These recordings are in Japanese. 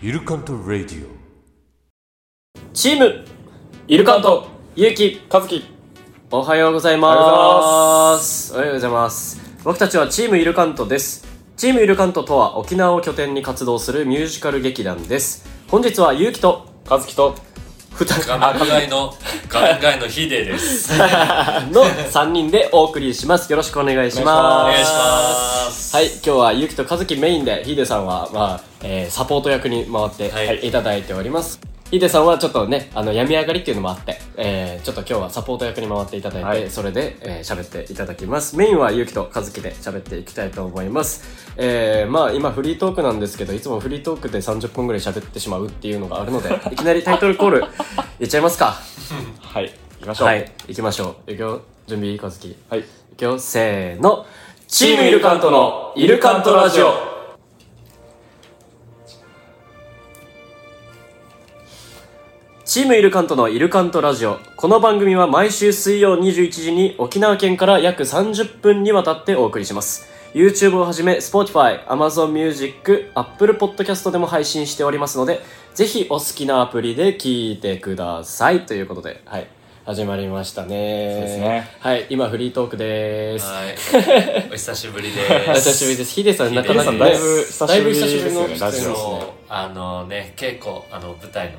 イルカント・ラディオチームイルカントゆうきかずきおはようございますおはようございます僕たちはチームイルカントですチームイルカントとは沖縄を拠点に活動するミュージカル劇団です本日はゆうきとかずきと二人ガンガイの、ガンガイのヒデです。の3人でお送りしますよろしくお願いしおま願いしすます。はい、今日はゆきとかずきメインでヒデさんは、まあえーサポート役に回って、はいはいいただいておりますヒデさんはちょっとねあの病み上がりっていうのもあって、えーちょっと今日はサポート役に回っていただいて、はいそれで、えー喋っていただきますメインはゆきとかずきで喋っていきたいと思います、えーまあ今フリートークなんですけどいつもフリートークで30分ぐらい喋ってしまうっていうのがあるのでいきなりタイトルコール 言っちゃいますかはい行きましょうは、い行きましょう行くよ準備いいかずきはいいくよせーのチームイルカントのイルカントラジオチームイルカントのイルカントラジオこの番組は毎週水曜21時に沖縄県から約30分にわたってお送りします YouTube をはじめ Spotify、Amazon Music、Apple Podcast でも配信しておりますのでぜひお好きなアプリで聞いてくださいということではい始まりましたねそうですねはい今フリートークです はい。お久しぶりです。お久しぶりです。ヒデさん、なかなかヒデださんいぶ、だだいいぶぶ久久ししぶぶりりのの出出演演でですすねね。そう、あのね、稽古、あの、舞台の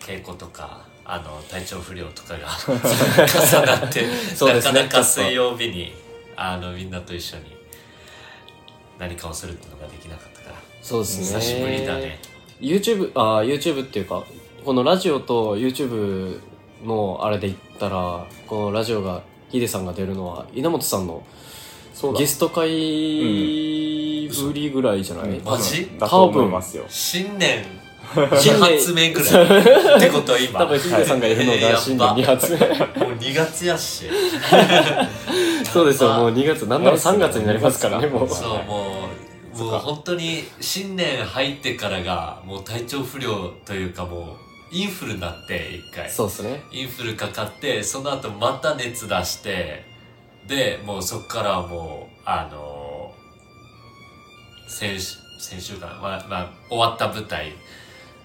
稽古とか、あの、体調不良とかが重なって、そうですねなかなか水曜日に、あの、みんなと一緒に何かをするっていうのができなかったから、そうですね。久しぶりだね。。 YouTube、あー YouTube っていうか、このラジオと YouTube のあれで言ったら、このラジオが、ヒデさんが出るのは、稲本さんのそうだゲスト会ぶりぐらいじゃない、うんマジだと思いますよ新年、新年2発目ぐらい。ってことは今。多分ヒデさんがいるのはいが新年2発目。もう2月やし。 そうですよ、まあもう2月、なんなら3月になりますからね、もう。そう、はいもう、もう本当に新年入ってからが、もう体調不良というかもう、インフルになって、一回。そうですね。インフルかかって、その後また熱出して、で、もうそっからはもう、あのー先週、先週間、まあ、まあ、終わった舞台、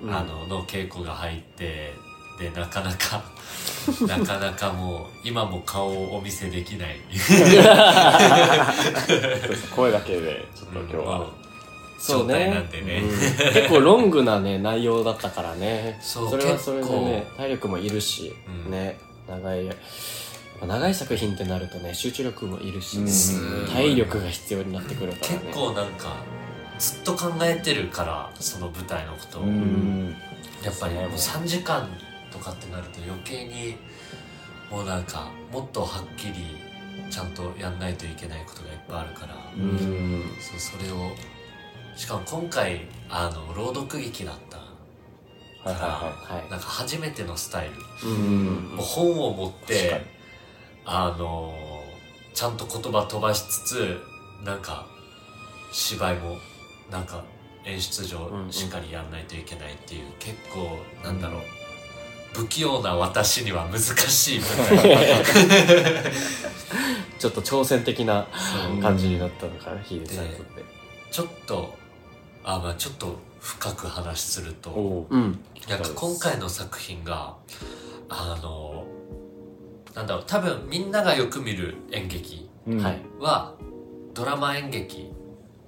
うんあの、の稽古が入って、で、なかなか、 なかなかもう、今も顔をお見せできない。声だけでちょっと今日は、そうね状態なんでねうん結構ロングなね 内容だったからねそうれはそれでね結体力もいるし、うんね長いやっぱ長い作品ってなるとね集中力もいるし、うんすごい体力が必要になってくるからね結構なんかずっと考えてるからその舞台のことを、ううんんやっぱりもう3時間とかってなると余計にもうなんかもっとはっきりちゃんとやんないといけないことがいっぱいあるから、うんそうそれをしかも今回あの朗読劇だったはいははいなんか初めてのスタイル、うん もう本を持っいはい確かてあのーちゃんと言葉飛ばしつつなんか芝居もなんか演出上うんうんしっかりやんないといけないっていう、結構なんだろう、不器用な私には難しい部分ちょっと挑戦的なそう感じになったのかな、ヒデさんにとってちょっとあまあちょっと深く話するにおとおうんなんか今回の作品があのーなんだろう多分みんながよく見る演劇うんはいはドラマ演劇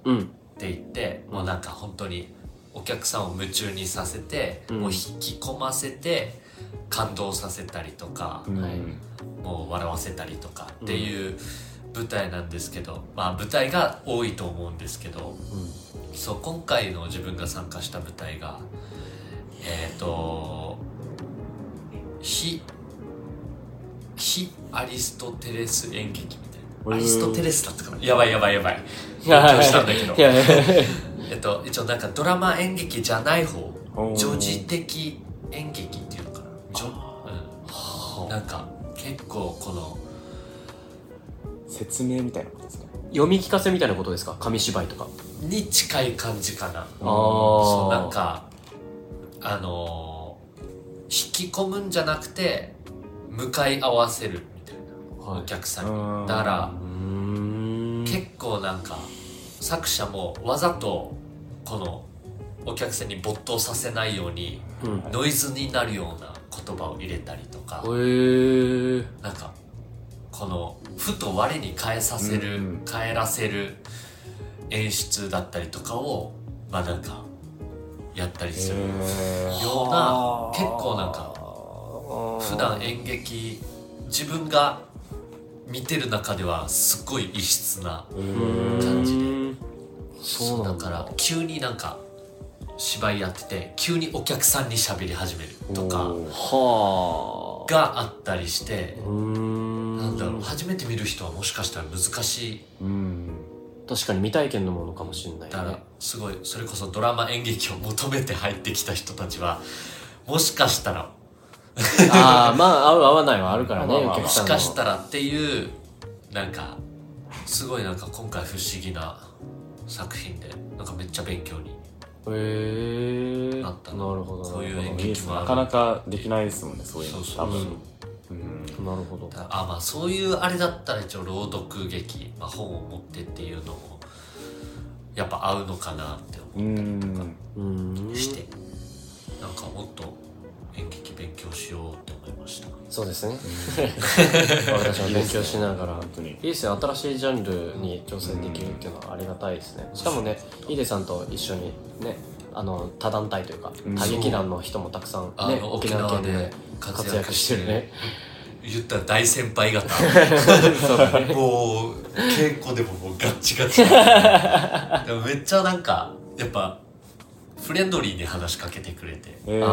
うんって言ってもうなんか本当にお客さんを夢中にさせて、うんもう引き込ませて感動させたりとかう、んはいもう笑わせたりとかっていう舞台なんですけど、まあ舞台が多いと思うんですけどそう今回の自分が参加した舞台がえっ、と非非アリストテレス演劇みたいなアリストテレスだったかなやばいやばいやばい緊張したんだけどいやいや えっと、一応なんかドラマ演劇じゃない方おー女児的演劇っていうのかな女、うん、なんか結構この説明みたいなことですか読み聞かせみたいなことですか紙芝居とかに近い感じかなあそうーなんかあのー引き込むんじゃなくて向かい合わせるみたいな、はいお客さんにうんだからうーん結構なんか作者もわざとこのお客さんに没頭させないようにうんはいノイズになるような言葉を入れたりとかへーなんかこのふと我に返させる、うん返らせる演出だったりとかをまあなんかやったりするよへうな結構なんか普段演劇自分が見てる中ではすっごい異質なうん感じでそうなんだから急になんか芝居やってて急にお客さんに喋り始めるとかはあがあったりしてうーんなんだろう初めて見る人はもしかしたら難しいうん確かに未体験のものかもしれないだからねすごいそれこそドラマ演劇を求めて入ってきた人たちはもしかしたらああまあ合う合わないはあるからねまあまあまおあ客もさんしのかしたらっていうなんかすごいなんか今回不思議な作品でなんかめっちゃ勉強にへえなったなるほどそういうなる演いいで劇すもあなるかなかできないですもんねそういうそのうそう多そう分うんほどなるほどあまあそういうあれだったら一応朗読劇、まあ、本を持ってっていうのもやっぱ合うのかなってう思んうーんうしてなんかもっと演劇勉強しようって思いましたそうですね私も勉強しながら本当にいいですね新しいジャンルに挑戦できるっていうのはありがたいですねしかもねヒデさんと一緒にねあの他団体というかうん他劇団の人もたくさんあねの沖縄県沖で縄で活活躍躍してるね言ったら大先輩方 もう稽古でももうガッチガチでもめっちゃなんかやっぱフレンドリーに話しかけてくれてえそあ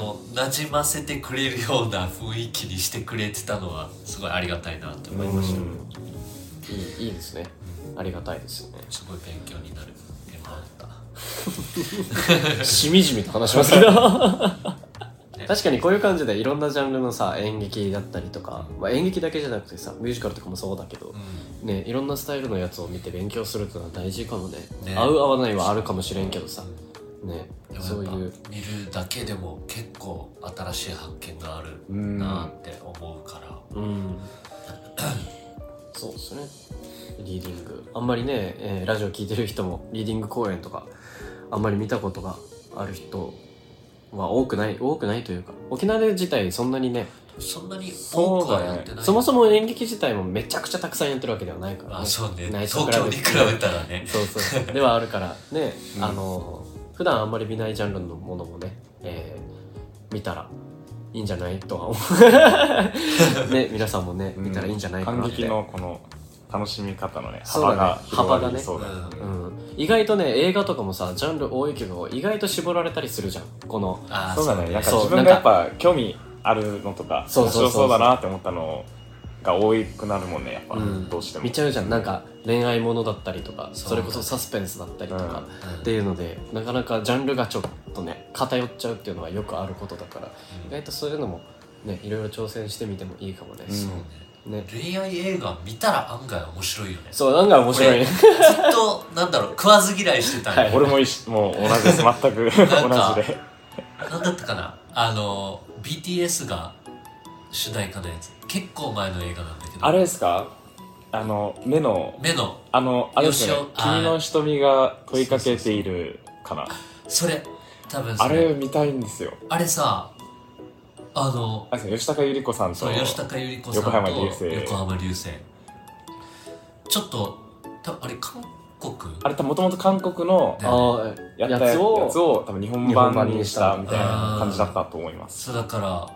の馴染ませてくれるような雰囲気にしてくれてたのはすごいありがたいなって思いました、いいいいですねありがたいですよねすごい勉強になる現場だったしみじみと話しますけどね確かにこういう感じでいろんなジャンルのさ演劇だったりとか、まあ、演劇だけじゃなくてさミュージカルとかもそうだけど、ね、いろんなスタイルのやつを見て勉強するってのは大事かもねね合う合わないはあるかもしれんけどさ、ねでもやっぱそういう見るだけでも結構新しい発見があるうんなって思うから、 うんそうですねリーディングあんまりね、えーラジオ聞いてる人もリーディング公演とかあんまり見たことがある人は多くない多くないというか沖縄で自体そんなにねそんなに多そうくだはねやってない、そもそも演劇自体もめちゃくちゃたくさんやってるわけではないから、あそうね内緒東比べ京に比べたらねそうそうではあるからね、うんあの普段あんまり見ないジャンルのものもね、えー見たらいいんじゃないとは思う ね皆さんもね見たらいいんじゃないかな感っ激て、のこの楽しみ方のねそうだね幅が広がり幅そうだがねねうん、意外とね映画とかもさジャンル多いけど意外と絞られたりするじゃんこのあそうだねなんかそう自分がやっぱ興味あるのとかそう面そうそう白そうだなって思ったのが多くなるもんねやっぱうんどうしても見ちゃうじゃんなんか恋愛ものだったりとかそうそれこそサスペンスだったりとか、うんっていうのでなかなかジャンルがちょっとね偏っちゃうっていうのはよくあることだから意外とそういうのもねいろいろ挑戦してみてもいいかもね、うんね恋愛映画見たら案外面白いよねそうなんか面白いね俺ずっとなんだろう食わず嫌いしてたんだはい俺もいしもう同じです全 く同じんかでなんだったかなあの BTS が主題歌のやつ結構前の映画なんだけどあれですかあの目の目のあのあれですよよねしお君の瞳が問いかけているかなそれ多分そあれ見たいんですよあれさあのあれですね吉高由里子さんとそう吉高由里子さん横と浜流星横浜流星ちょっとたあれ韓国あれもともと韓国のね あやあったややつつをを多分日本版にしたみたいなあー感じだったと思いますそうだから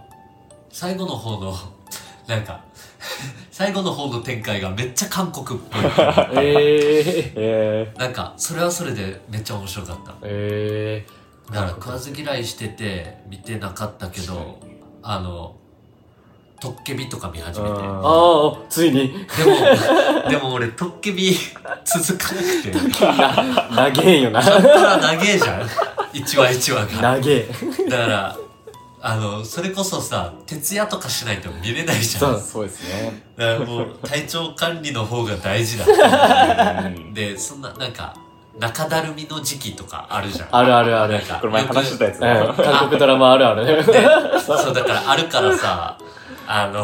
最後の方の なんか 最後の方の展開がめっちゃ韓国っぽいえー、えなんかそれはそれでめっちゃ面白かったえだから食わず嫌いしてて見てなかったけどあのトッケビとか見始めてでー、あああついにも でも俺トッケビ 続かなくて な長えよなだから長えじゃん一話一話が長えだからあのそれこそさ徹夜とかしないと見れないじゃんそー、うそうですねだからもう体調管理の方が大事だうん でそんななんか中だるみの時期とかあるじゃんあるあるあるなん、かこれ前話してたやつうん、だ韓国ドラマあるあるねでそうだからあるからさあの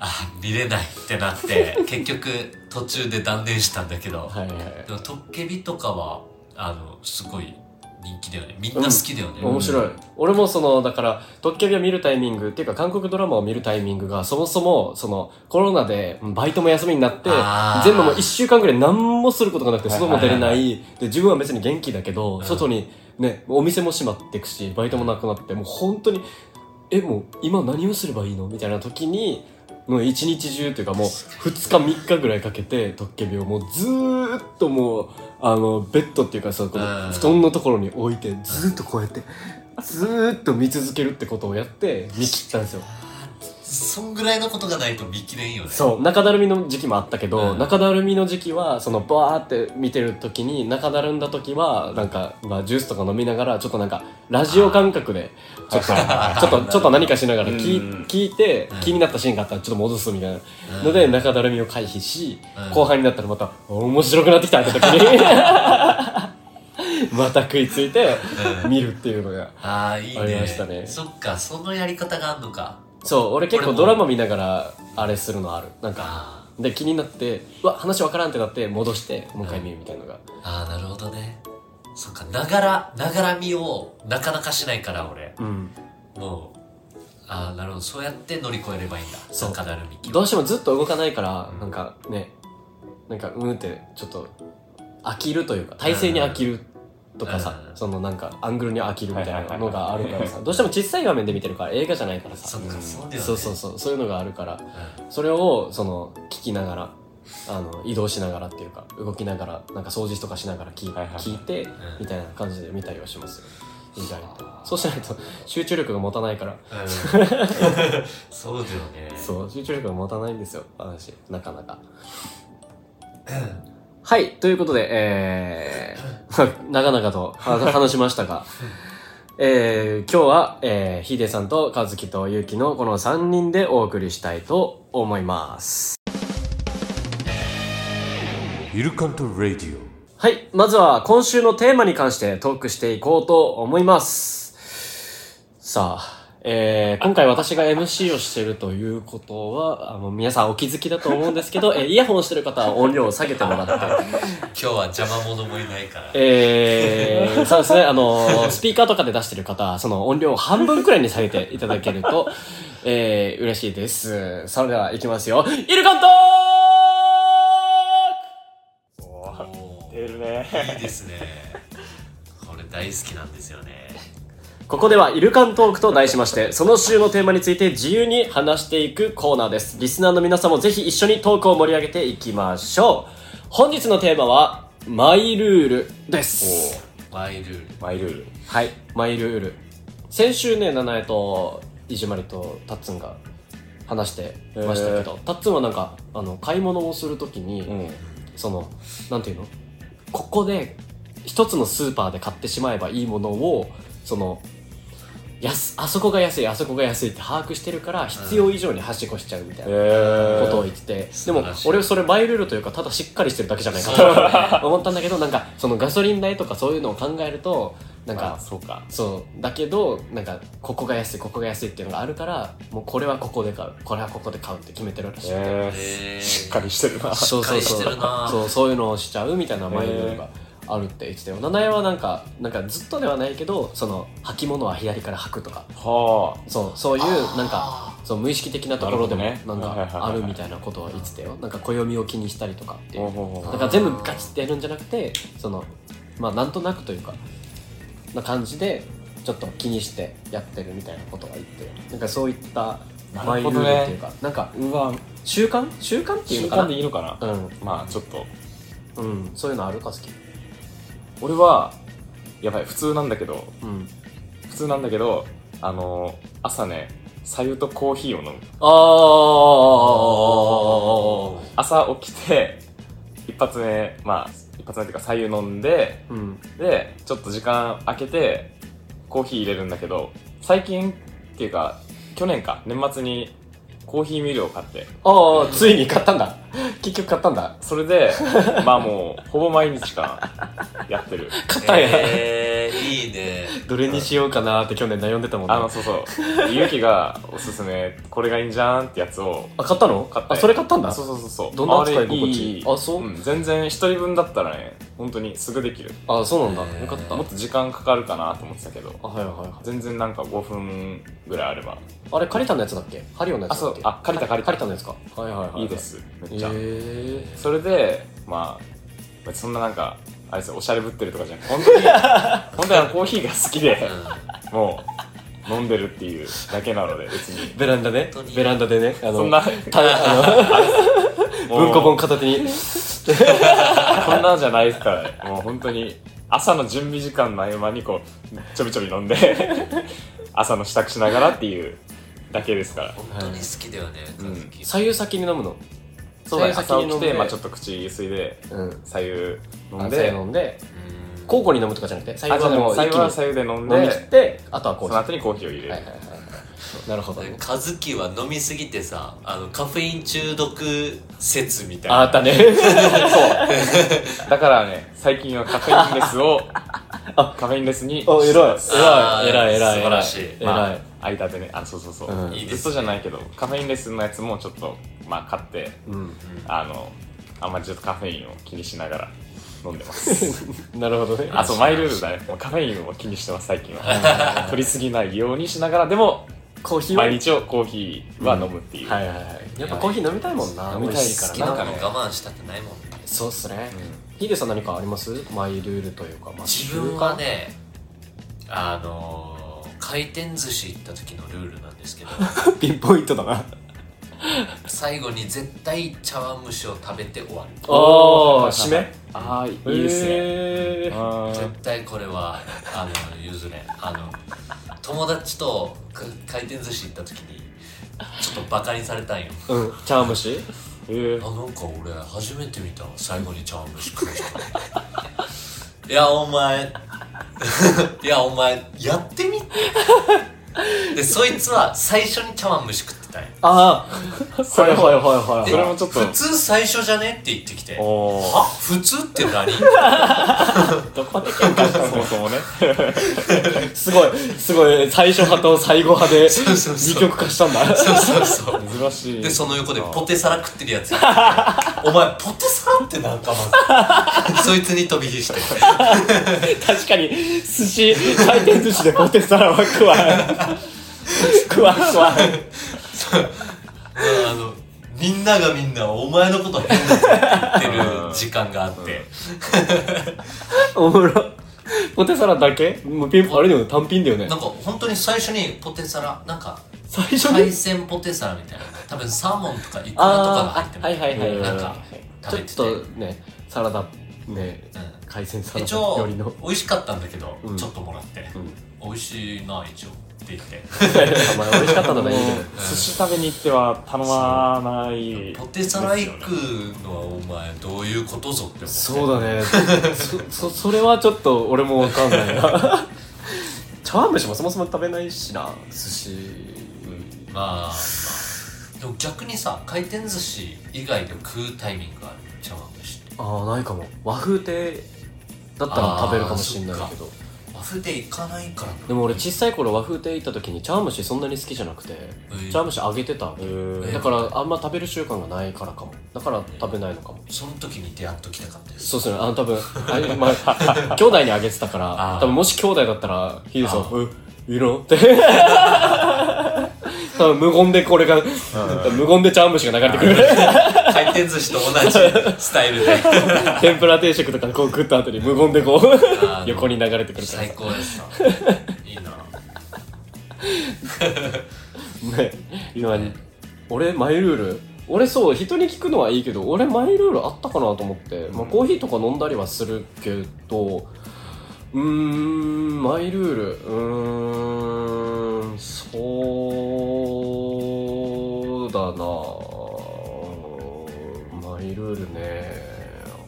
あ見れないってなって結局途中で断念したんだけどはいはいでもトッケビとかはあのすごい人気だよねみんな好きだよね、面白い、俺もそのだから「トッケビ」を見るタイミングっていうか韓国ドラマを見るタイミングがそもそもそのコロナでうんバイトも休みになってあー全部もう1週間ぐらい何もすることがなくてはい外はいはもい出れないで自分は別に元気だけどん外にねお店も閉まってくしバイトもなくなってもう本当にえもう今何をすればいいのみたいな時にもう一日中というかもう2日3日ぐらいかけてトッケビをもうずーっともうあのベッドっていうかそのこうのん布団のところに置いてずーっとこうやってずーっと見続けるってことをやって見切ったんですよそんぐらいのことがないと見切れんよねそう中だるみの時期もあったけど、うん中だるみの時期はそのバーって見てる時に中だるんだ時はなんか、まあ、ジュースとか飲みながらちょっとなんかラジオ感覚でちょっとはいはいはいちょっとちょっと何かしながらうん聞い聞いてうん気になったシーンがあったらちょっと戻すみたいなうんので中だるみを回避しうん後半になったらまた面白くなってきたって時にまた食いついてうん見るっていうのがああいいねありましたねそっかそのやり方があんのかそう俺結構俺もドラマ見ながらあれするのあるなんかあで気になってうわ話わからんってなって戻してもう一回見るみたいなのがーあーなるほどねそっかながらながら見をなかなかしないから俺うんもうああなるほどそうやって乗り越えればいいんだそう中だるみ期どうしてもずっと動かないからうんなんかねなんかうーんってちょっと飽きるというか体勢に飽きるとかさうんそのなんかアングルに飽きるみたいなのがあはいるからはいはいさはいどうしても小さい画面で見てるから映画じゃないからさそっかそうだよねそうそうそうそういうのがあるからうんそれをその聞きながらあの移動しながらっていうか動きながらなんか掃除とかしながら聞,、はいはいはい聞いて、みたいな感じで見たりはしますよ意外とそうしないと集中力が持たないからうん そうだよねそう集中力が持たないんですよ私なかなかはいということでえー、 長々とは話しましたがえー、今日は、えー、ヒデさんと和樹とゆうきのこの3人でお送りしたいと思いますイルカントラディオはい。まずは今週のテーマに関してトークしていこうと思います。さあ、えー、今回私が MC をしているということは、あの、皆さんお気づきだと思うんですけど、えーイヤホンしてる方は音量を下げてもらって、今日は邪魔者もいないからえー、そうですね、あの、スピーカーとかで出してる方は、その音量を半分くらいに下げていただけると、えー、嬉しいです。それでは行きますよ。イルカントークおーお出ーるねいいですねこれ大好きなんですよねここではイルカントークと題しまして、その週のテーマについて自由に話していくコーナーです。リスナーの皆さんもぜひ一緒にトークを盛り上げていきましょう。本日のテーマは、マイルールです。マイルールマイルールはい、マイルール。先週ね、七重と、いじまりと、たっつんが話してましたけど、たっつんはなんか、あの、買い物をするときに、うんそのなんていうのここで一つのスーパーで買ってしまえばいいものをその安あそこが安いあそこが安いって把握してるから必要以上にはしごしちゃうみたいえなーことを言ってて、で素も晴らしい俺それマイルールというかただしっかりしてるだけじゃないか そうと思ったんだけどなんかそのガソリン代とかそういうのを考えるとなんまあかそうかそうだけどなんかここが安いここが安いっていうのがあるからもうこれはここで買うこれはここで買うって決めてるらしいみたいなええーーしっかりしてるなそうそうそうしっかりしてるなそうそういうのをしちゃうみたいなマイルールがあるって言ってたよ七重はなんかなんかずっとではないけどその履き物は左から履くとかはそうそういうなんかあそう無意識的なところでもなるほなどんねかあるみたいなことを言ってたよなんか暦を気にしたりとかってあいほううほうほだから全部ガチってやるんじゃなくてそのまあなんとなくというかな感じでちょっと気にしてやってるみたいなことは言ってるなんかそういったマイルールっていうかなんかううわ習慣習慣ってい習うのか慣なでいいのかなうんまあちょっとうん、そういうのあるか好き。俺はやばい普通なんだけどうん。普通なんだけどあの朝ね白湯とコーヒーを飲むああ朝起きて一発目まあ一発目っていうか白湯飲んでうん。でちょっと時間空けてコーヒー入れるんだけど最近っていうか去年か年末にコーヒーミルを買ってああ、ついに買ったんだ。結局買ったん だ。それでまあもうほぼ毎日かなやってる買っーたんや。ええー、いいねどれにしようかなって去年悩んでたもんねあのそうそうゆうきがおすすめこれがいいんじゃんってやつをあ買ったの買ってあそれ買ったんだそうそうそうそうどんな扱いあれ心地いいあそうん全然一人分だったらね本当にすぐできるあそうなんだへーよかったもっと時間かかるかなと思ってたけどあはいはいはい全然なんか5分ぐらいあればあれカリタのやつだっけハリオのやつだっあそうけあカリタカリタカリタのやつかはいはいはいいいですめへっちゃ、えそれでまあそんななんかあれですよおしゃれぶってるとかじゃなくて本 当に本当にあのコーヒーが好きでうんもう飲んでるっていうだけなので別にベランダね当にベランダでねあのそんな たあのもう文庫本片手にこんなんじゃないですからねもう本当に朝の準備時間の合間にこうちょびちょび 飲んで朝の支度しながらっていうだけですから本当に好きだよね、うん和樹左右先に飲むのそうだね左朝右起先に飲んきでて、まあ、ちょっと口すいでうん左右飲ん左で右飲んでうん交互に飲むとかじゃなくて左あ右じゃあでもは左右は一左右で飲ん気に飲み切っでてあとはこそうの後にコーヒーを入れる、はいはいはいなるほどね和樹は飲みすぎてさあのカフェイン中毒説みたいなあっ たねそうだからね最近はカフェインレス をカフェインレスにお偉い偉あーい偉い偉い素晴らしい偉い、ま偉あい、間でねあそうそうそう、うんいいですねずっとじゃないけどカフェインレスのやつもちょっとまあ買ってうんあのあんまりちょっとカフェインを気にしながら飲んでます なるほどねあそうマイルールだねもうカフェインを気にしてます最近は取りすぎないようにしながらでもコーヒーは毎日をコーヒーは飲むっていう、はいはいはいやっぱコーヒー飲みたいもんな飲みたい美好き味しいなかもらの我慢したくないもんねそうっすねヒデさん何かありますマイルールというかまあ自分はねあのー回転寿司行った時のルールなんで すけどピンポイントだな最後に絶対茶碗蒸しを食べて終わるおーはい締はいはいああめいいいでいですすね、ねあー絶対これはあの譲れんあの友達とか回転寿司行った時にちょっとバカにされたんようん茶碗蒸しえーあなんか俺初めて見た最後に茶碗蒸し食う人 いやお前 いやお前やって みってでそいつは最初に茶碗蒸し食ってたんよあ あそはいれはいもはいはいでそれもちょっと普通最初じゃねって言ってきてあおー普通って 何どこで喧嘩したのそもそもねすごいすごい最初派と最後派でそうそうそう二極化したんだ そうそう そう珍しいでその横でポテテサラ食ってるやつお前ポテサラってなんかま ずそいつに飛び火して確かに寿司回転寿司でポテサラは食わん 食わん食わんあのみんながみんなお前のこと変だって言ってる時間があっておもろポテサラだけもうピンあれだよね単品だよねなんか本当に最初にポテサラなんか最初海に鮮ポテサラみたいな多分サーモンとかイクラとかが入あってーるあはいはいはいはいなんはかい食べててちょっとねサラダね海鮮サラ一ダ応よりの美味しかったんだけど、うんちょっともらって、美味しいな一応って言ってお前美味しかったんだねいいけど寿司食べに行っては頼まないポテサラ行ですよくねのはお前どういうことぞって思って そうだねそ そそれはちょっと俺もわかんないな 茶碗蒸しもそもそも食べないしな寿司まあ、まあ、でも逆にさ回転寿司以外でも食うタイミングある茶碗蒸しってああないかも和風亭だったら食べるかもしれないけど和風で行かないからなでも俺小さい頃和風亭行った時に茶碗蒸しそんなに好きじゃなくてー茶碗蒸し揚げてたーだからあんま食べる習慣がないからかもだから食べないのかもその時に出会っときたかったですそうですねあの多分あ、まあ、兄弟にあげてたかあらー多分もし兄弟だったらヒデさんあ「えいらん?」って多分無言でこれが無言で茶碗蒸しが流れてくる 回転寿司と同じスタ イルで天ぷら定食とかこう食った後に無言でこあーう横に流れてくるから最高です ないいなね今俺マイルール俺そう人に聞くのはいいけど俺マイルールあったかなと思って、まあ、コーヒーとか飲んだりはするけどうーんマイルールうーんそうだなマイルールね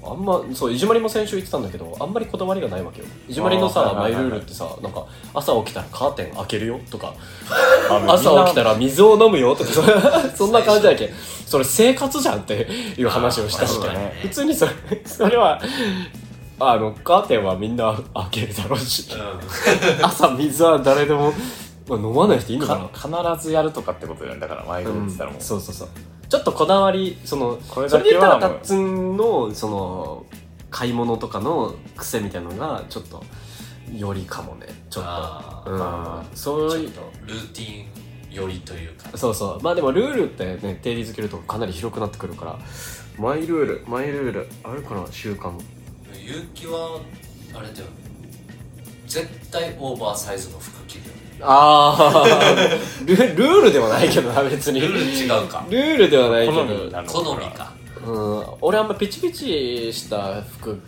あんまそういじまりも先週言ってたんだけどあんまりこだわりがないわけよいじまりのあさーはマいイはルいはいールってさなんか朝起きたらカーテン開けるよとかあ朝起きたらら水を飲むよとかそそんな感じだっけそれ生活じゃんっていう話をしたしそうだね普通にそれそれはあのカーテンはみんな開けるだろうしう朝水は誰でも、まあ、飲まない人いるのかなか必ずやるとかってことなんだから毎度言ってたらもう、そうそうそうちょっとこだわりそのこれそだれでけ言ったはらタもうッツンのその買い物とかの癖みたいなのがちょっとよりかもねちょっあとうーんそういうん、ちょっとルーティンよりというかそうそうまあでもルールってね定義づけるとかなり広くなってくるからマイルールマイルールあるかな習慣結城はあれだよね絶対オーバーサイズの服着るよねああルルー ルではないけどな別にルール違うかルールではないけど好みなの好みかうん、俺あんまピチピチした服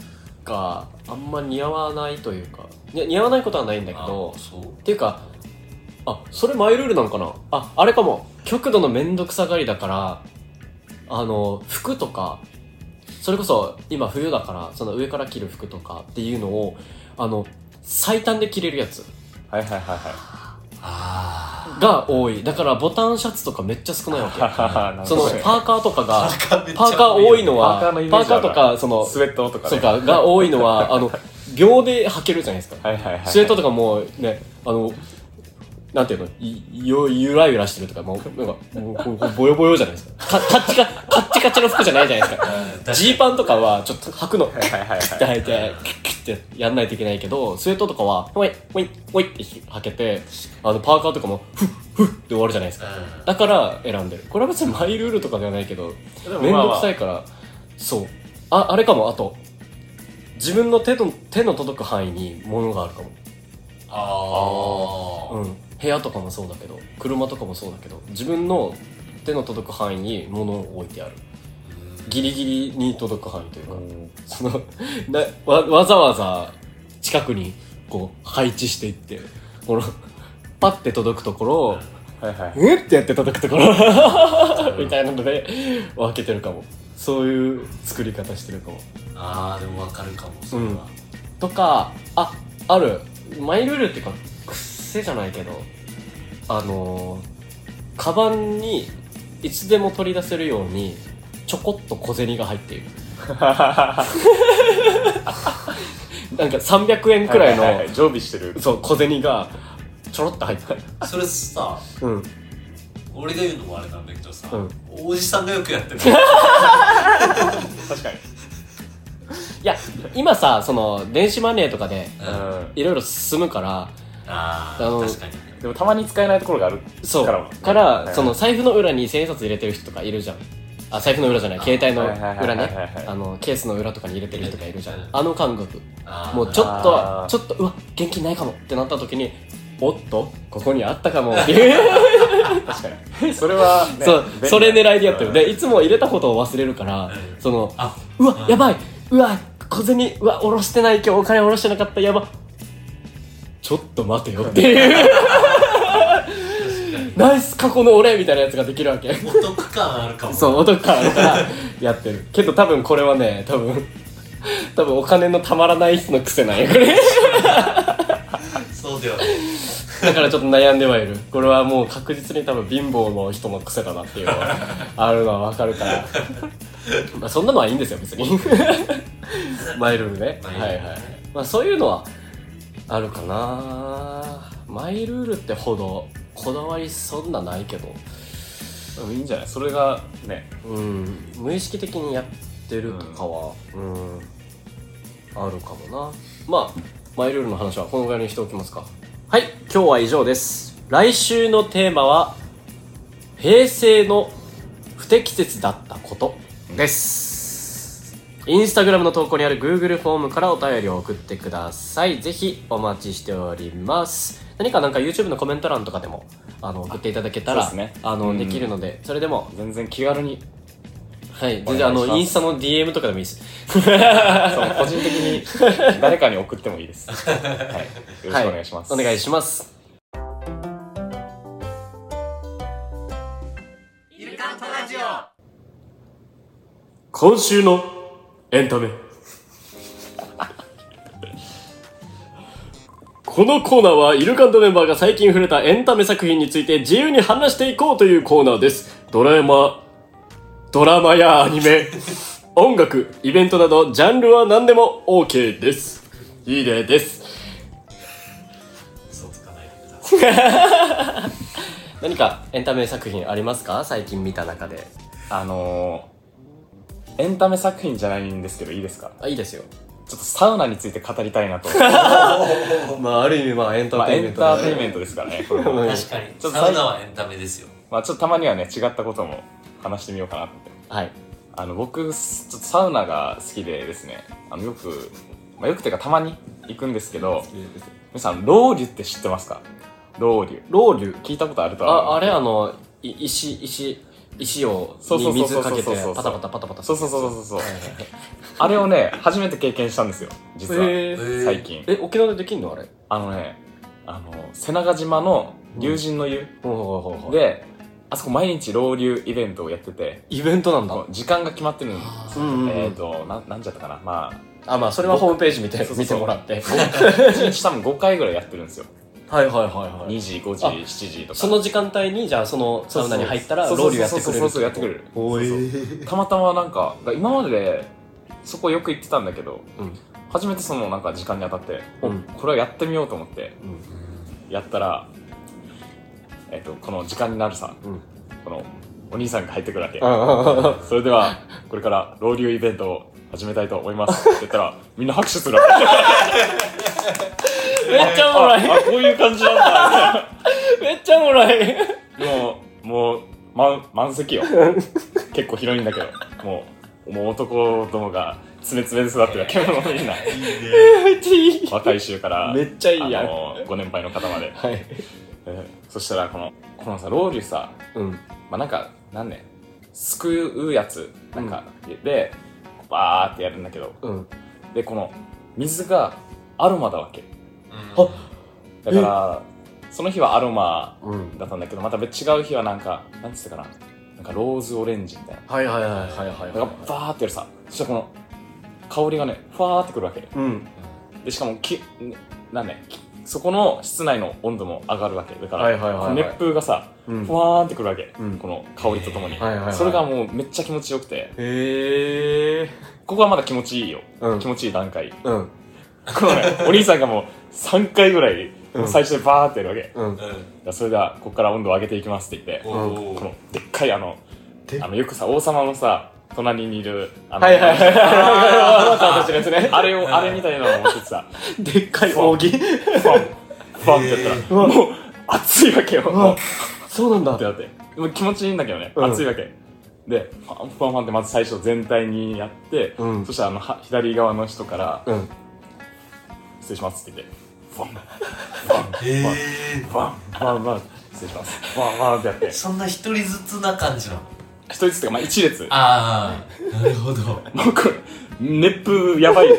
があんま似合わないというかに似合わないことはないんだけあどそうっていうかあそれマイルールなのかなああれかも極度の面倒くさがりだからあの服とかそれこそ今冬だからその上から着る服とかっていうのをあの最短で着れるやつはいはいはいはあが多いだからボタンシャツとかめっちゃ少ない わけいそのパーカーとかがーパーカー多いのパはパーカーのイメーージあカーるとかそのスウェットとかそうねか、が多いのは、あの、秒で履けるじゃないですか。はいはいはいスウェットとかもうね、あの、なんていうの、いよゆらゆらしてるとか、もう、なんか、もうこうこう、ぼよぼよじゃないですか。か、カッチカ、カッチカチの服じゃないじゃないですか。ジーパンとかは、ちょっと履くの、クはいはいはいッては履いて、クックッてやんないといけないけど、スウェットとかは、ほい、ほい、ほいって履けて、あの、パーカーとかも、ふっ、ふっって終わるじゃないですか。だから選んでるこれは別にマイルールとかではないけどでも面まあ倒くさいから、そうああれかもあと自分の手の手の届く範囲に物があるかあも、うん、部屋とかもそうだけど車とかもそうだけど自分の手の届く範囲に物を置いてあるギリギリに届く範囲というか、いうんそのなわわざわざ近くにこう配置していってこのパッて届くところをはいはいうんってやって叩くところうんみたいなので分けてるかもそういう作り方してるかもあーでもわかるかもそれは、とかああるマイルールっていうか癖じゃないけどあのーカバンにいつでも取り出せるようにちょこっと小銭が入っているなんか300円くらいの、ははは常備してるそう小銭がちょろっと入ってるそれさうん俺が言うのもあれなんだけどさ、うんおじさんがよくやってる確かにいや今さその電子マネーとかであうんいろいろ進むからああのー確かにでもたまに使えないところがあるそうからもから、はいその財布の裏に千円札入れてる人とかいるじゃんあ財布の裏じゃない携帯のはいはいは裏いはいはねいあのケースの裏とかに入れてる人がいるじゃうんんあの感覚あーもうちょっとあーちょっとうわ現金ないかもってなった時におっとここにあったかもっていう確かにそれは ね そう便利それ狙いでやってるうんでいつも入れたことを忘れるからうんそのあうわうんやばいうわ小銭うわ下ろしてない今日お金下ろしてなかったやばちょっと待てよっていうナイス過去の俺みたいなやつができるわけお得感あるかもそう、男からからやってる。けど多分これはね、多分、多分お金のたまらない人の癖なんや、これ。そうだよねだからちょっと悩んではいる。これはもう確実に多分貧乏の人の癖だなっていうのは、あるのはわかるから。まあそんなのはいいんですよ、別 に。マイルールね。マはいイルールはねい。まあそういうのはあるかなマイルールってほど、こだわりそんなないけど。うんいいんじゃないそれがねうん、無意識的にやってるとかは、うんあるかもなまあマイルールの話はこのぐらいにしておきますかはい今日は以上です来週のテーマは「平成の不適切だったこと」ですインスタグラムの投稿にある Google フォームからお便りを送ってくださいぜひお待ちしております何かなんか YouTube のコメント欄とかでもあの送っていただけたらそうですねあうんのうんできるのでそれでも全然気軽にはい、お全願い然あしの、ますインスタの DM とかでもいいです。 その個人的に誰かに送ってもいいです。はい、よろしくお願いします。はお願いします。今週のエンタメ。このコーナーはイルカントメンバーが最近触れたエンタメ作品について自由に話していこうというコーナーです。ドラマ、ドラマやアニメ、音楽イベントなどジャンルは何でも OK ですいいねです嘘つかないでください何かエンタメ作品ありますか最近見た中であのー、エンタメ作品じゃないんですけどいいですかあいいですよちょっとサウナについて語りたいな とまあある意味まあエン タまーあテインエメンントだタねーテインメントですから ねこれうもん確かにちょっとサウナはエンタメですよまあちょっとたまにはね違ったことも話してみようかなってはいあの僕すちょっとサウナが好きでですねあのよく、まあ、よくてかたまに行くんですけど皆さんロウリュって知ってますかロウリュロウリュ聞いたことあるとは思うああれあのい石石石をそうそにうそうそ水うかけてそうそうそうパタパタパタパタそうそうそうそうそうはいはいはいあれをね初めて経験したんですよ実は、へーー最近え沖縄でできんのあれあのねあの瀬長島の龍神の湯ほうほうほうほうで、あそこ毎日ロウリュイベントをやっててイベントなんだこう時間が決まってるんですあうーんうんうんえー、とななんちゃったかなまああまあそれはホームページ見てそうそうそう見てもらって1日多分5回ぐらいやってるんですよはいはいはいはい2時5時あ7時とか その時間帯にじゃあそのサウナに入ったらそうロそうウリュやってくれそるうそうそうやってくれるおそういたまたまなんか今までそこよく行ってたんだけど、うん初めてそのなんか時間に当たって、おうんこれはやってみようと思ってうんやったら、えっとこの時間になるさうんこのお兄さんが入ってくるわけあそれではこれからロウリュイベントを始めたいと思い ますって言ったらみんな拍手するわけーめっちゃ おもろいあこういう感じなんだめっちゃおもろいもう、もう、満、満席 よ。結構広いんだけど、もう、もう男どもが、つめつめで座ってるわけもうみんな。めっちゃいい若い衆から、めっちゃいいやあんの、ご年配の方まで。はいえそしたら、この、このさ、ロウリュさ、うんまあ、なんか、なんね、すくうやつ、なんか、で、バーってやるんだけど、うんで、この、水がアロマだわけ。うんだから、その日はアロマうんだったんだけど、また別違う日はなんか、なんつったかな、なんかローズオレンジみたいな。はいはいはいはいはいなんかバーってやるさそしたらこの香りがねふわーってくるわけうんでしかもきなんねきそこの室内の温度も上がるわけだから、はいはいはいはいこの熱風がさうんふわーってくるわけ、うんこの香りとともに、はいはいはいそれがもうめっちゃ気持ちよくてへえここはまだ気持ちいいよ、うん気持ちいい段階うんこのねお兄さんがもう3回ぐらいうん最初でバーってやるわけ、だかうんらそれではここから温度を上げていきますって言っておこおのでっかいあのあのよくさ王様のさ隣にいるあの、はいはいはいあなたたちのやつねあれをあれみたいなのを持っててさでっかい 扇ファン、ファンってやったら、もう、熱いわけよ。うわもうそうなんってだなって。でも気持ちいいんだけどね、うん熱いわけ。で、ファン、ファン、ファンってまず最初全体にやって、うんそしたらあの、は左側の人から、うん失礼しますって言って、ファン、ファン、えファン、ファン、ファン、失礼します。ファン、ファンってやって、ーそんな一人ずつな感じなの一人ずつとか、まあ一列。ああなるほどもうこれ、熱風やばい。く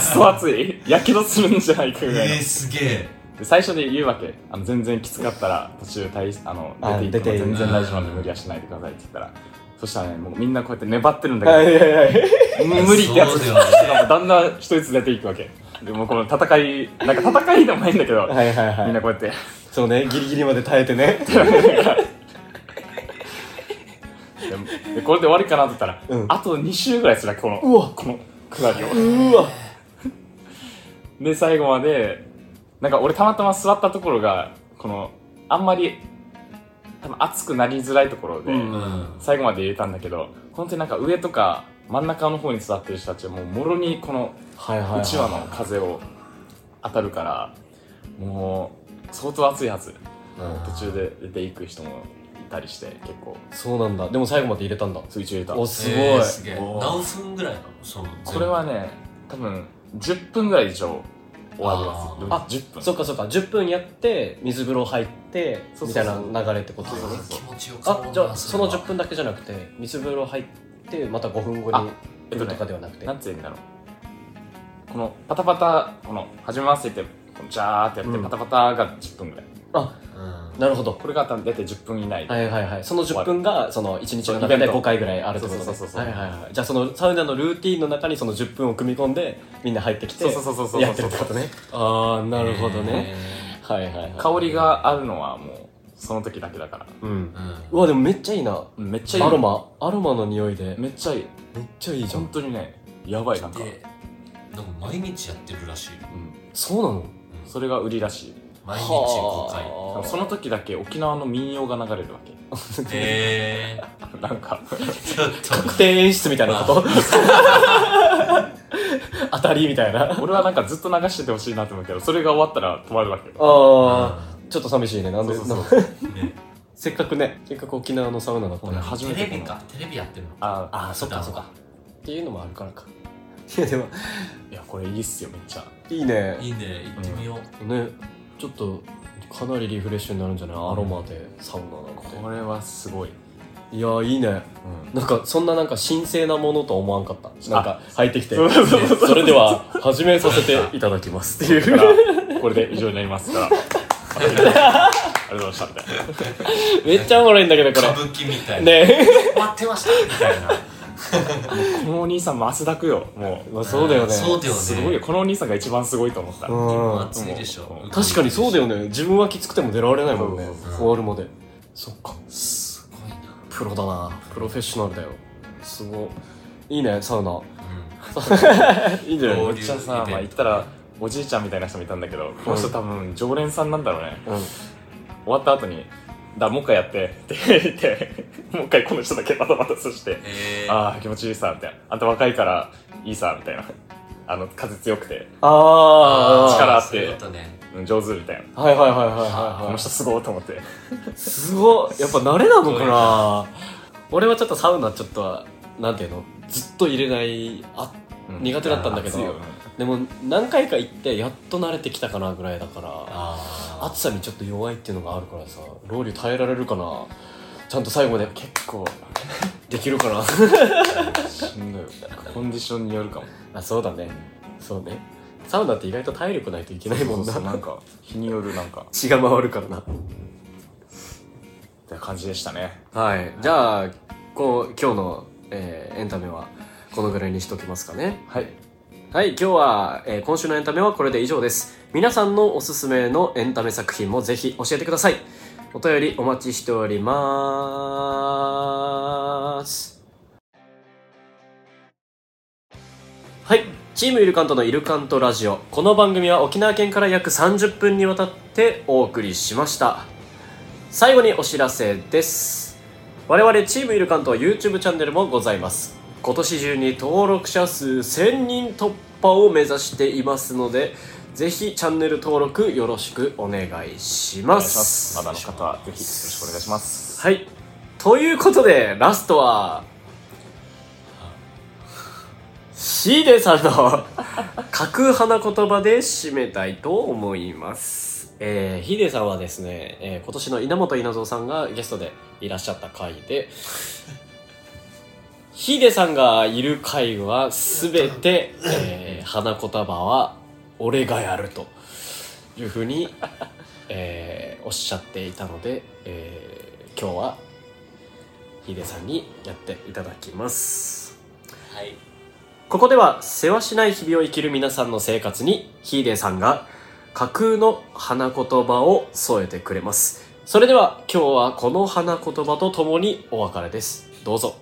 そ熱い。やけどするんじゃないかぐらいのえー、。すげえで最初で言うわけあの全然きつかったら途中退あのあ出て出いてっても全然大丈夫なんで無理はしないでくださいって言ったらそしたらねもうみんなこうやって粘ってるんはだけいはいはいど無理ってやつそうだしよかもだんだん一人ずつ出ていくわけでもうこの戦いなんか戦いでもないんだけどはいはいはいみんなこうやってそうねギリギリまで耐えてねででこれで終わりかなと思ったら、うんあと2周ぐらいするわけこのうわこの下りをうわで最後までなんか俺たまたま座ったところがこのあんまり多分熱くなりづらいところで、うんうん最後まで入れたんだけど本当になんか上とか真ん中の方に座ってる人たちはもうもろにこのはいはいうちわはの風を当たるからもう相当暑いはず途中で出ていく人もいたりして結構いそうなんだでも最後まで入れたんだ水中入れたおすごい、えーすげえおー何分ぐらいなのそのこれはね多分10分ぐらい以上終わりあます10分そっかそっか10分やって水風呂入ってそうみそたういそうな流れってことだよねあ気持ちよかったあじゃあその10分だけじゃなくて水風呂入ってまた5分後あにえっ来とるねとかではなくて、なんて言うんだろうこのパタパタこの始めますって言ってこのジャーってやってうんパタパタが10分ぐらいあうんなるほどこれが多分大体10分以内はいはいはいその10分がその1日のそ中うイベでント5回ぐらいあるってことねそうそうそうそうはいはいはいじゃあそのサウナのルーティンの中にその10分を組み込んでみんな入ってきそてうそうそうそうそうやってるってことねああなるほどね、はいはい、はい、香りがあるのはもうその時だけだからうんうんうわでもめっちゃいいなうんめっちゃいいアロマアロマの匂いでめっめっちゃいいちゃいいじゃ本ん当にねやばいなんか、でなんか毎日やってるらしいようん、そうなのそれが売りらしい毎日5回はあその時だけ沖縄の民謡が流れるわけ えなんかー、ちょっと確定演出みたいなこと 当たりみたいな俺はなんかずっと流しててほしいなと思うけどそれが終わったら止まるわけよああちょっと寂しいねなんでそうそうなんかうんね せっかくねせっかく沖縄のサウナだったものうねに初めテてレこビのかテレビやってるのかああああそっかそっかっていうのもあるからかいやでもいやこれいいっすよめっちゃいいねいいね行ってみよう、 ねちょっとかなりリフレッシュになるんじゃないアロマでサウナなんかこれはすごい、でいやいいねなんかそんななんか神聖なものとは思わんかったなんか入ってきてそうそうそうそうねそれでは始めさせていただきますって だかいうらこれで以上になりますからありがとうございましたみたいなめっちゃおもろいんだけどこ歌れ舞伎みた いな、ね待ってましたみたいなこのお兄さんも汗だくよもまあそうだよねそうだようねすごいよこのお兄さんが一番すごいと思った、うんも暑いでしょうん確かにそうだよね自分はきつくても出られないもんねそうそうそう終わるまでそっかすごいなプロだなプロフェッショナルだよすごいいいねサウナいいんじゃないおめっちゃさ、まあ、言ったらおじいちゃんみたいな人もいたんだけどこの人多分常連さんなんだろうねうん終わった後に「だもう一回やって」って言ってもう一回この人だけバタバタさしてうんえ「ー、ああ気持ちいいさ」みたいな「あんた若いからいいさ」みたいな「あの風強くて、あー力あってそういうことねうん、上手」みたいなはいはいはいはいこはいのは人すごいと思っていすごいやっぱ慣れなのかな 俺はちょっとサウナちょっとはなんていうのずっと入れないあ苦手だったんだけど暑いよねでも何回か行ってやっと慣れてきたかなぐらいだからあ暑さにちょっと弱いっていうのがあるからさロウリュ耐えられるかなちゃんと最後まで結構できるかなしんどいよコンディションによるかもあそうだねそうねサウナって意外と体力ないといけないもんそなうそうなんか日によるなんか血が回るからなって感じでしたねはい、じゃあこう今日の、えーエンタメはこのぐらいにしときますかねはいはい今日は、えー今週のエンタメはこれで以上です皆さんのおすすめのエンタメ作品もぜひ教えてくださいお便りお待ちしておりますはいチームイルカントのイルカントラジオこの番組は沖縄県から約30分にわたってお送りしました最後にお知らせです我々チームイルカントは YouTube チャンネルもございます今年中に登録者数1000人突破を目指していますのでぜひチャンネル登録よろしくお願いしおま願いしますすまだの方はぜひよろしくお願いしますはいということでラストはシーデさんの 架空花言葉で締めたいと思いますえー、ヒデさんはですね、えー今年の稲本稲造さんがゲストでいらっしゃった回でヒデさんがいる回は全て、えー花言葉は俺がやるというふうに、えーおっしゃっていたので、えー今日はヒデさんにやっていただきますーはいここでは世話しない日々を生きる皆さんの生活にヒーデーさんが架空の花言葉を添えてくれますそれでは今日はこの花言葉とともにお別れですどうぞ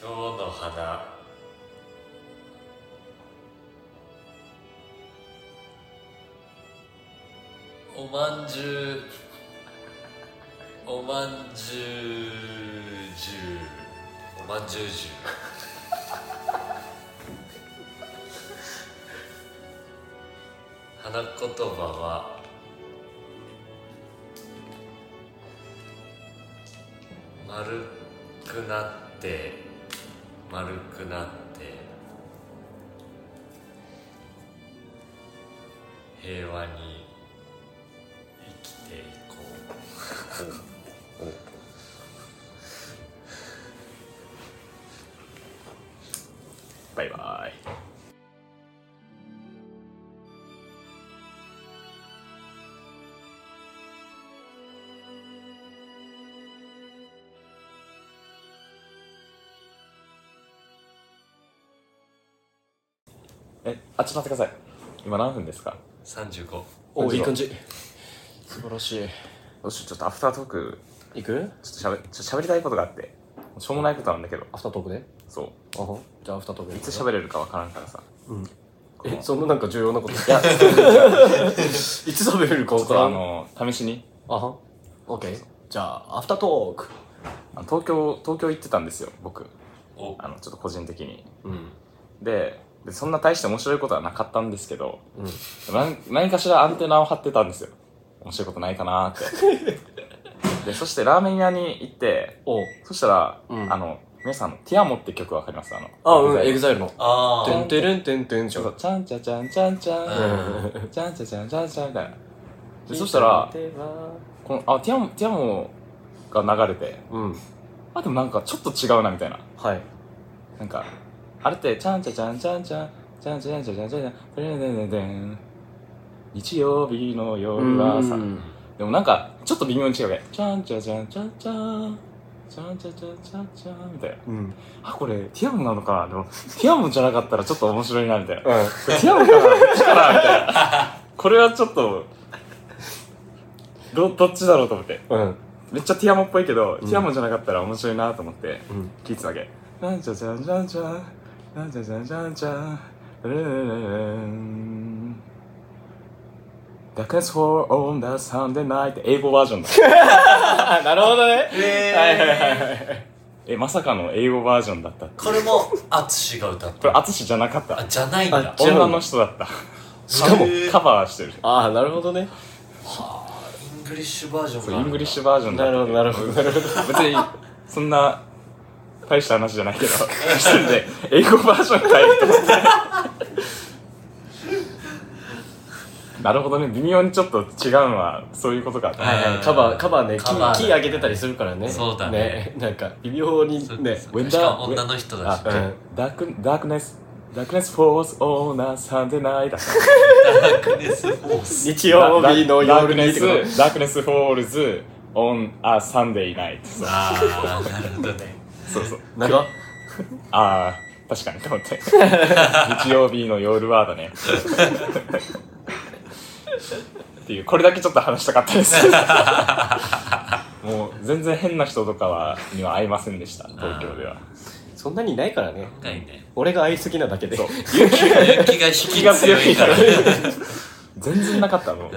今日の花おまんじゅうおまんじゅうじゅうおまんじゅうじゅう花言葉は丸くなって丸くなって平和に生きていこバイバイえあちょっと待ってください今何分ですか35おいい感じ素晴らしどうしようちょっとアフタートークいいくちょっと喋ちょっと喋りたいことがあってしょうもないことなんだけどアフタートークでそあはじゃあアフタートークうでいつ喋れるかわからんからさうんこのえそんななんか重要なこと いやいつ食べれるかちょ分っからとあんの試しにあはオッケーじゃあアフタートークあの東京東京行ってたんですよ僕おあのちょっと個人的にうんででそんな大して面白いことはなかったんですけどうんなん何かしらアンテナを張ってたんですよ面白いことないかなーって でそしてラーメン屋に行っておうそしたら、うんあの皆さんの「ティアモ」って曲わかりますあのあうんエググザイルのあてんてれんてんてんじちゃょっとん「ちゃんちゃちゃんちゃんちゃん」「うちゃんちゃちゃんちゃんちゃん」みたいなでそしたらこのあティアモティアモが流れてうんあでもなんかちょっと違うなみたいなはいなんかあれって「ちゃんちゃちゃんちゃんちゃんちゃんちゃんちゃんちゃんちゃんちゃんでんでんでんでん日曜日の夜はさ」でもなんか、ちょっと微妙に違うね。ちゃんちゃちゃんちゃんちゃん。ちゃんちゃちゃんちゃんちゃん。みたいな。うんあ、これ、ティアムなのかなでも、ティアムじゃなかったらちょっと面白いな、みたいな。こうんれティアムかなどっちかなみたいな。これはちょっと、ど、どっちだろうと思って。うんめっちゃティアムっぽいけど、うんティアムじゃなかったら面白いなと思って、うん聞いてたわけ。なんちゃちゃんちゃんちゃん。なんちゃちゃんちゃんちゃん。ルルルルルン Darkness for on the Sunday night って英語バージョンだ。 あなるほどねえーえまさかの英語バージョンだったここれも淳が歌っれた淳じゃなかっあたじゃないんだあ違うんだ女の人だったしかもカバーしてるああなるほどねイングリッシュバージョンそうがイあるンんグだリッシュバージョンだなったるほどなるほどなるほど別にそんな大した話じゃないけど 一人で英語バージョン変えると思ってなるほどね微妙にちょっと違うのはそういうことかいはいはいカバーカバーねカバー木木上げてたりするからねそうだねなんか微妙にそうねそうウェンダーしかも女の人だあし、うんダークダークネスダークネスフォースオーナーサンデーナイト日曜日のダー夜クにネってことスダークネスフォールズオンアサンデーナイト ああなるほどねそうそう長っああ確かにと思って 日曜日の夜はだねっていうこれだけちょっと話したかったです もう全然変な人とかはには会いませんでした東京ではそんなにいないからね今回ね俺が愛すぎなだけでそう勇気が引き気が強強いいか からら、 全然なかったのうん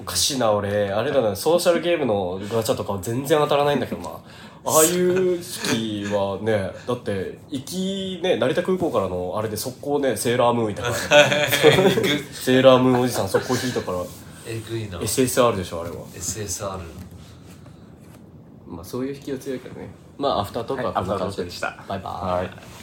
おかしいな俺あれだなソーシャルゲームのガチャとかは全然当たらないんだけどなああいう時はねだって行きね成田空港からのあれで速攻ねセーラームーンいたからセーラームーンおじさん速攻引いたからえぐいな SSR でしょあれは SSR まあそういう引きは強いからねまあアフタートークはこんな感じはいアフタートークでしたバイバはイい